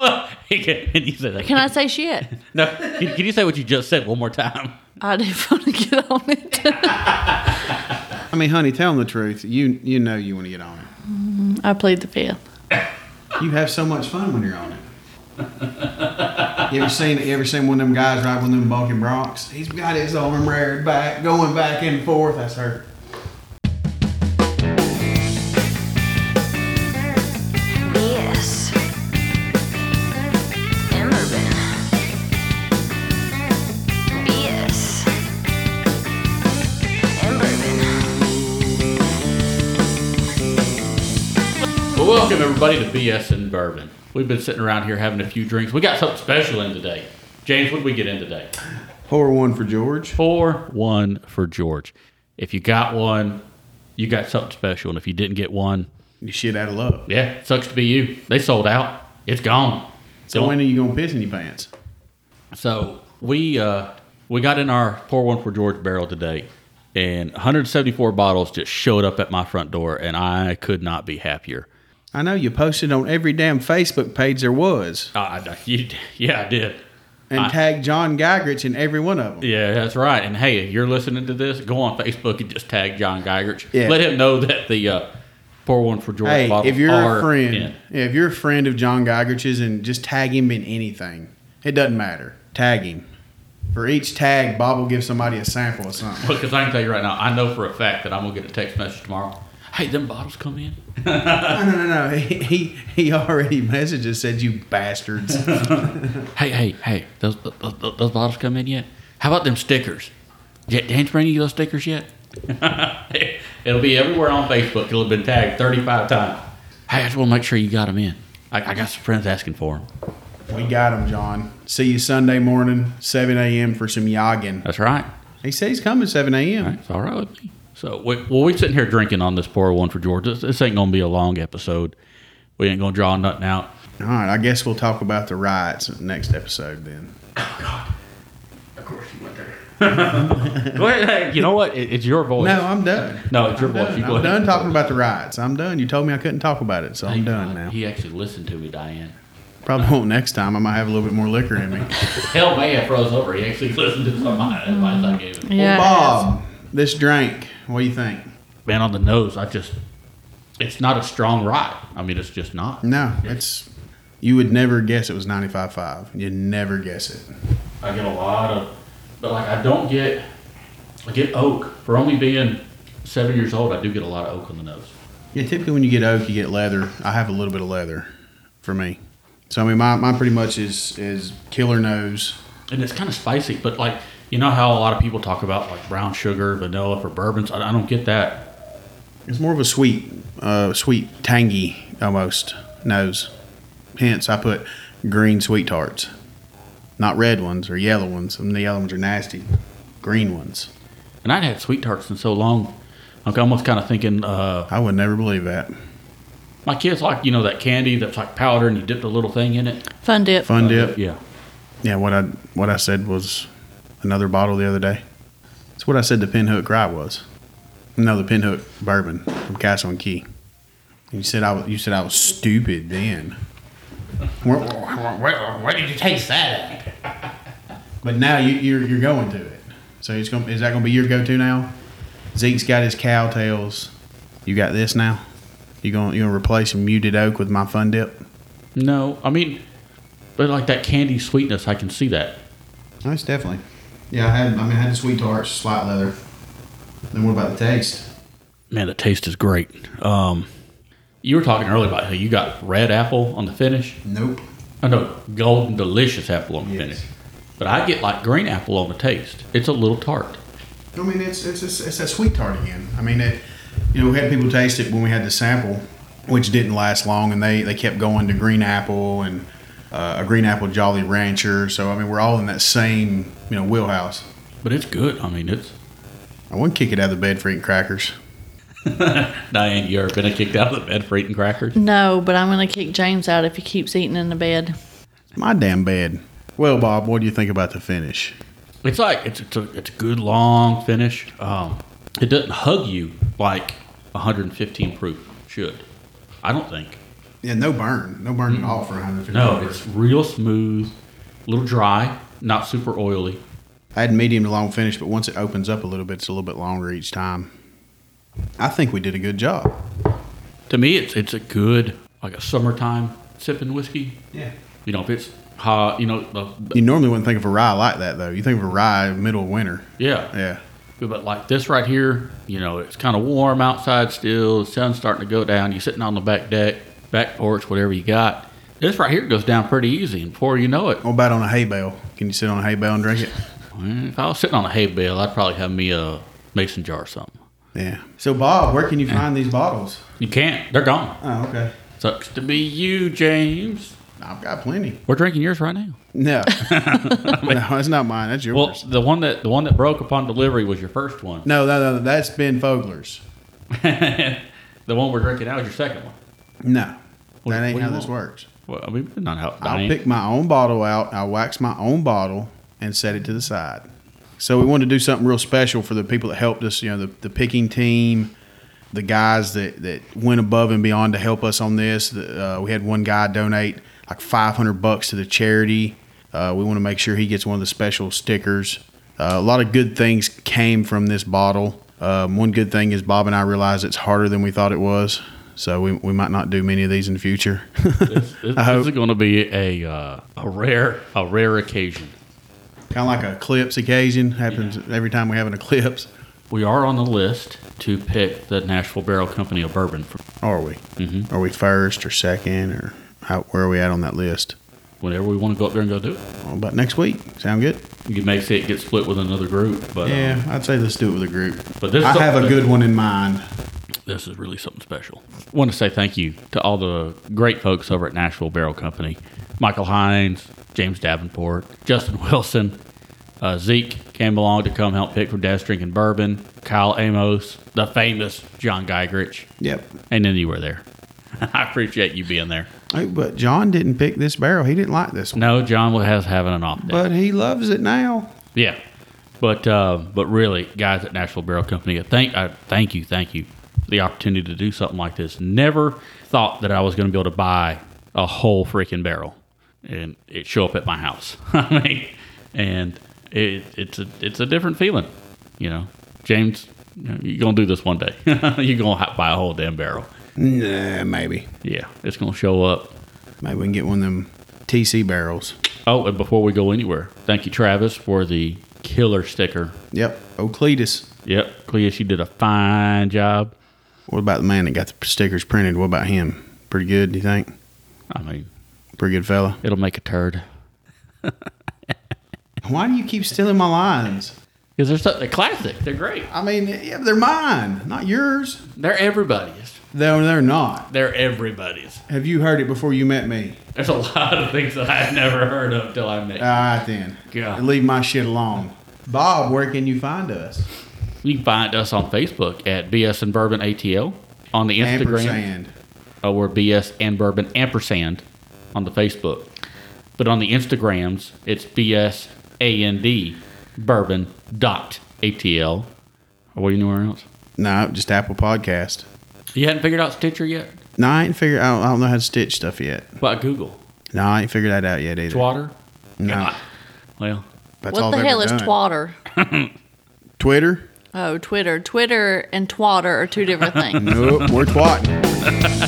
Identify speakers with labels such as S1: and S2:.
S1: Like, and you said that.
S2: Can I say shit?
S1: No. Can, can you say what you just said one more time?
S2: I didn't want to get on it.
S3: I mean, honey, tell them the truth. You you know you want to get on it.
S2: I plead the fifth.
S3: You have so much fun when you're on it. you ever seen you ever seen one of them guys ride one of them Balkan Bronx? He's got his arm reared back, going back and forth. That's her.
S4: Yes. Emberben. Yes. Emberben.
S1: Well, welcome everybody to BS and Bourbon. We've been sitting around here having a few drinks. We got something special in today. James, what did we get in today?
S3: Pour one for George.
S1: Four, one for George. If you got one, you got something special. And if you didn't get one,
S3: You shit out of love.
S1: yeah, sucks to be you. They sold out. It's gone.
S3: So when are you gonna piss in your pants?
S1: So we uh, we got in our pour one for George barrel today, and 174 bottles just showed up at my front door, and I could not be happier.
S3: I know you posted on every damn Facebook page there was,
S1: Uh, I, I- you, yeah, I did.
S3: and tagged John Geigerich in every one of them.
S1: Yeah, that's right. And hey, if you're listening to this, go on Facebook and just tag John Geigerich.
S3: Yeah.
S1: Let him know that the uh, pour one for George
S3: Hey,
S1: bottles
S3: if you're
S1: are
S3: a friend,
S1: in.
S3: yeah, if you're a friend of John Geigerich's, and just tag him in anything, it doesn't matter. Tag him. For each tag, Bob will give somebody a sample of something.
S1: Because I can tell you right now, I know for a fact that I'm gonna get a text message tomorrow. Hey, them bottles come in.
S3: No, no, no, no. He he, he already messaged us said you bastards.
S1: Hey, hey, hey, those those, those bottles come in yet? How about them stickers? Did Dan's bring you those stickers yet? It'll be everywhere on Facebook. It'll have been tagged 35 times. Hey, I just want to make sure you got them in. I, I got some friends asking for them.
S3: we got him, John. See you Sunday morning, seven a.m. for some yoggin.
S1: That's right.
S3: He says he's coming seven a.m.
S1: That's all right with me. So, we, well, we're sitting here drinking on this pour one for George. This, this ain't going to be a long episode. We ain't going to draw nothing out.
S3: All right, I guess we'll talk about the riots next episode then.
S1: Of course you went there. go ahead. Hey, you know what? It, it's your voice.
S3: No, I'm done.
S1: No, it's your voice. You go
S3: I'm
S1: ahead.
S3: done talking about the riots. I'm done. You told me I couldn't talk about it, so I'm
S1: Thank
S3: done
S1: God.
S3: now.
S1: He actually listened to me, Diane.
S3: Probably won't next time. I might have a little bit more liquor in me.
S1: Hell man, froze over. He actually listened to some of my advice I gave him.
S2: Yeah.
S3: Bob, this drink. What do you think?
S1: Man on the nose, I just it's not a strong rot. I mean it's just not.
S3: No, it's you would never guess it was 95.5. You'd never guess it.
S1: I get a lot of but like I don't get I get oak. For only being seven years old, I do get a lot of oak on the nose.
S3: Yeah, typically when you get oak, you get leather. I have a little bit of leather for me. So I mean, mine, mine pretty much is is killer nose.
S1: And it's kinda spicy, but like you know how a lot of people talk about like brown sugar, vanilla for bourbons? I, I don't get that.
S3: It's more of a sweet, uh, sweet tangy almost nose. Hence, I put green sweet tarts, not red ones or yellow ones. Some of the yellow ones are nasty. Green ones.
S1: And I'd had sweet tarts in so long. I'm almost kind of thinking uh,
S3: I would never believe that.
S1: my kids like you know that candy that's like powder and you dip the little thing in it.
S2: Fun dip.
S3: Fun dip.
S1: Yeah,
S3: Yeah, what I what I said was another bottle the other day. It's what I said the Pinhook Rye was. No, the Pinhook Bourbon from Castle and Key. You said I was, you said I was stupid then. Well,
S1: Where, where did you taste that at?
S3: But now you, you're you're going to it. So it's going is that going to be your go to now? Zeke's got his cow tails. You got this now. You going you going to replace muted oak with my fun dip?
S1: No, I mean, but like that candy sweetness, I can see that.
S3: Nice, definitely. Yeah, I had I mean I had the sweet tarts, slight leather. Then what about the taste?
S1: Man, the taste is great. Um, you were talking earlier about how you got red apple on the finish.
S3: Nope.
S1: I know golden delicious apple on the
S3: Yes.
S1: finish, but I get like green apple on the taste. It's a little tart.
S3: I mean, it's it's it's, it's that sweet tart again. I mean, it, you know, we had people taste it when we had the sample, which didn't last long, and they they kept going to green apple and uh, a green apple Jolly Rancher. So I mean, we're all in that same you know wheelhouse.
S1: But it's good. I mean, it's
S3: I wouldn't kick it out of the bed for eating crackers.
S1: Diane. You ever been kicked out of the bed for eating crackers?
S2: No, but I'm gonna kick James out if he keeps eating in the bed.
S3: My damn bed. Well, Bob, what do you think about the finish?
S1: It's like it's it's a, it's a good long finish. Um, it doesn't hug you like 115 proof should. I don't think.
S3: Yeah, no burn, no burn at all for 150.
S1: No,
S3: dollars.
S1: it's real smooth, a little dry, not super oily.
S3: I had medium to long finish, but once it opens up a little bit, it's a little bit longer each time. I think we did a good job.
S1: To me, it's it's a good like a summertime sipping whiskey.
S3: Yeah.
S1: You know, if it's hot, you know, the,
S3: You normally wouldn't think of a rye like that, though. You think of a rye middle of winter.
S1: yeah,
S3: Yeah.
S1: But like this right here, you know, it's kind of warm outside still. The sun's starting to go down. You're sitting on the back deck, back porch, whatever you got. This right here goes down pretty easy, and before you know it,
S3: What about on a hay bale? Can you sit on a hay bale and drink it?
S1: if I was sitting on a hay bale, I'd probably have me a mason jar or something.
S3: Yeah. So, Bob, where can you find these bottles?
S1: You can't. They're gone.
S3: Oh, okay.
S1: Sucks to be you, James.
S3: I've got plenty.
S1: We're drinking yours right now.
S3: No. no, that's not mine. That's yours.
S1: Well, the one that the one that broke upon delivery was your first one.
S3: no, no, no. That's Ben Fogler's.
S1: the one we're drinking now is your second one.
S3: No.
S1: What-
S3: that ain't
S1: what do
S3: how
S1: you
S3: this
S1: want?
S3: works.
S1: Well, I mean, not out.
S3: I'll pick my own bottle out. I'll wax my own bottle and set it to the side. So we wanted to do something real special for the people that helped us, you know, the, the picking team, the guys that, that went above and beyond to help us on this. The, uh, we had one guy donate like 500 bucks to the charity. Uh, we want to make sure he gets one of the special stickers. Uh, a lot of good things came from this bottle. Um, one good thing is Bob and I realized it's harder than we thought it was. So we, we might not do many of these in the future.
S1: This, this,
S3: I
S1: this is going to be a uh, a rare a rare occasion.
S3: Kind of like an eclipse occasion happens every time we have an eclipse.
S1: We are on the list to pick the Nashville Barrel Company of Bourbon. From
S3: Are we? Mm-hmm. Are we first or second or how, where are we at on that list?
S1: whenever we want to go up there and go do it,
S3: Well, about next week. Sound good?
S1: you may see it get split with another group. But yeah.
S3: Yeah, I'd say let's do it with a group.
S1: But this-
S3: I have a good one in mind.
S1: this is really something special. want to say thank you to all the great folks over at Nashville Barrel Company: Michael Hines, James Davenport, Justin Wilson. Uh, Zeke came along to come help pick from Dad's Drinking Bourbon. Kyle Amos, the famous John Geigerich.
S3: Yep.
S1: And then you were there. I appreciate you being there.
S3: Hey, but John didn't pick this barrel. He didn't like this one.
S1: No, John has having an off day.
S3: But he loves it now.
S1: yeah, but uh, but really, guys at Nashville Barrel Company, I thank I thank you, thank you for the opportunity to do something like this. Never thought that I was going to be able to buy a whole freaking barrel and it show up at my house. I mean, and it, it's a it's a different feeling, you know. James, you know, you're gonna do this one day. you're gonna ha- buy a whole damn barrel.
S3: Nah, maybe.
S1: Yeah, it's gonna show up.
S3: Maybe we can get one of them TC barrels.
S1: Oh, and before we go anywhere, thank you, Travis, for the killer sticker.
S3: Yep. Ocletus.
S1: Yep, Cleus, you did a fine job.
S3: What about the man that got the stickers printed? What about him? Pretty good, do you think?
S1: I mean,
S3: Pretty good fella.
S1: it'll make a turd.
S3: Why do you keep stealing my lines?
S1: Because they're, so, they're classic. They're great.
S3: I mean, yeah, they're mine, not yours.
S1: They're everybody's.
S3: No, they're not.
S1: They're everybody's.
S3: Have you heard it before you met me?
S1: There's a lot of things that I've never heard of till I met you.
S3: All right, Ah, then.
S1: Yeah.
S3: Leave my shit alone. Bob, where can you find us?
S1: You can find us on Facebook at BS and Bourbon ATL. On the Instagram,
S3: Ampersand.
S1: oh, we're BS and Bourbon ampersand on the Facebook. But on the Instagrams, it's BS and Bourbon dot ATL. Are we anywhere else?
S3: No, just Apple Podcast.
S1: You hadn't figured out Stitcher yet?
S3: No, I ain't figured. I don't, I don't know how to stitch stuff yet.
S1: By Google.
S3: No, I ain't figured that out yet either.
S1: Twatter?
S3: No,
S1: Well,
S3: that's all
S2: what the
S3: I've
S2: hell
S3: ever
S2: is
S3: done.
S2: twatter?
S3: Twitter?
S2: Oh, Twitter. Twitter and twatter are two different things.
S3: Nope, we're twatting.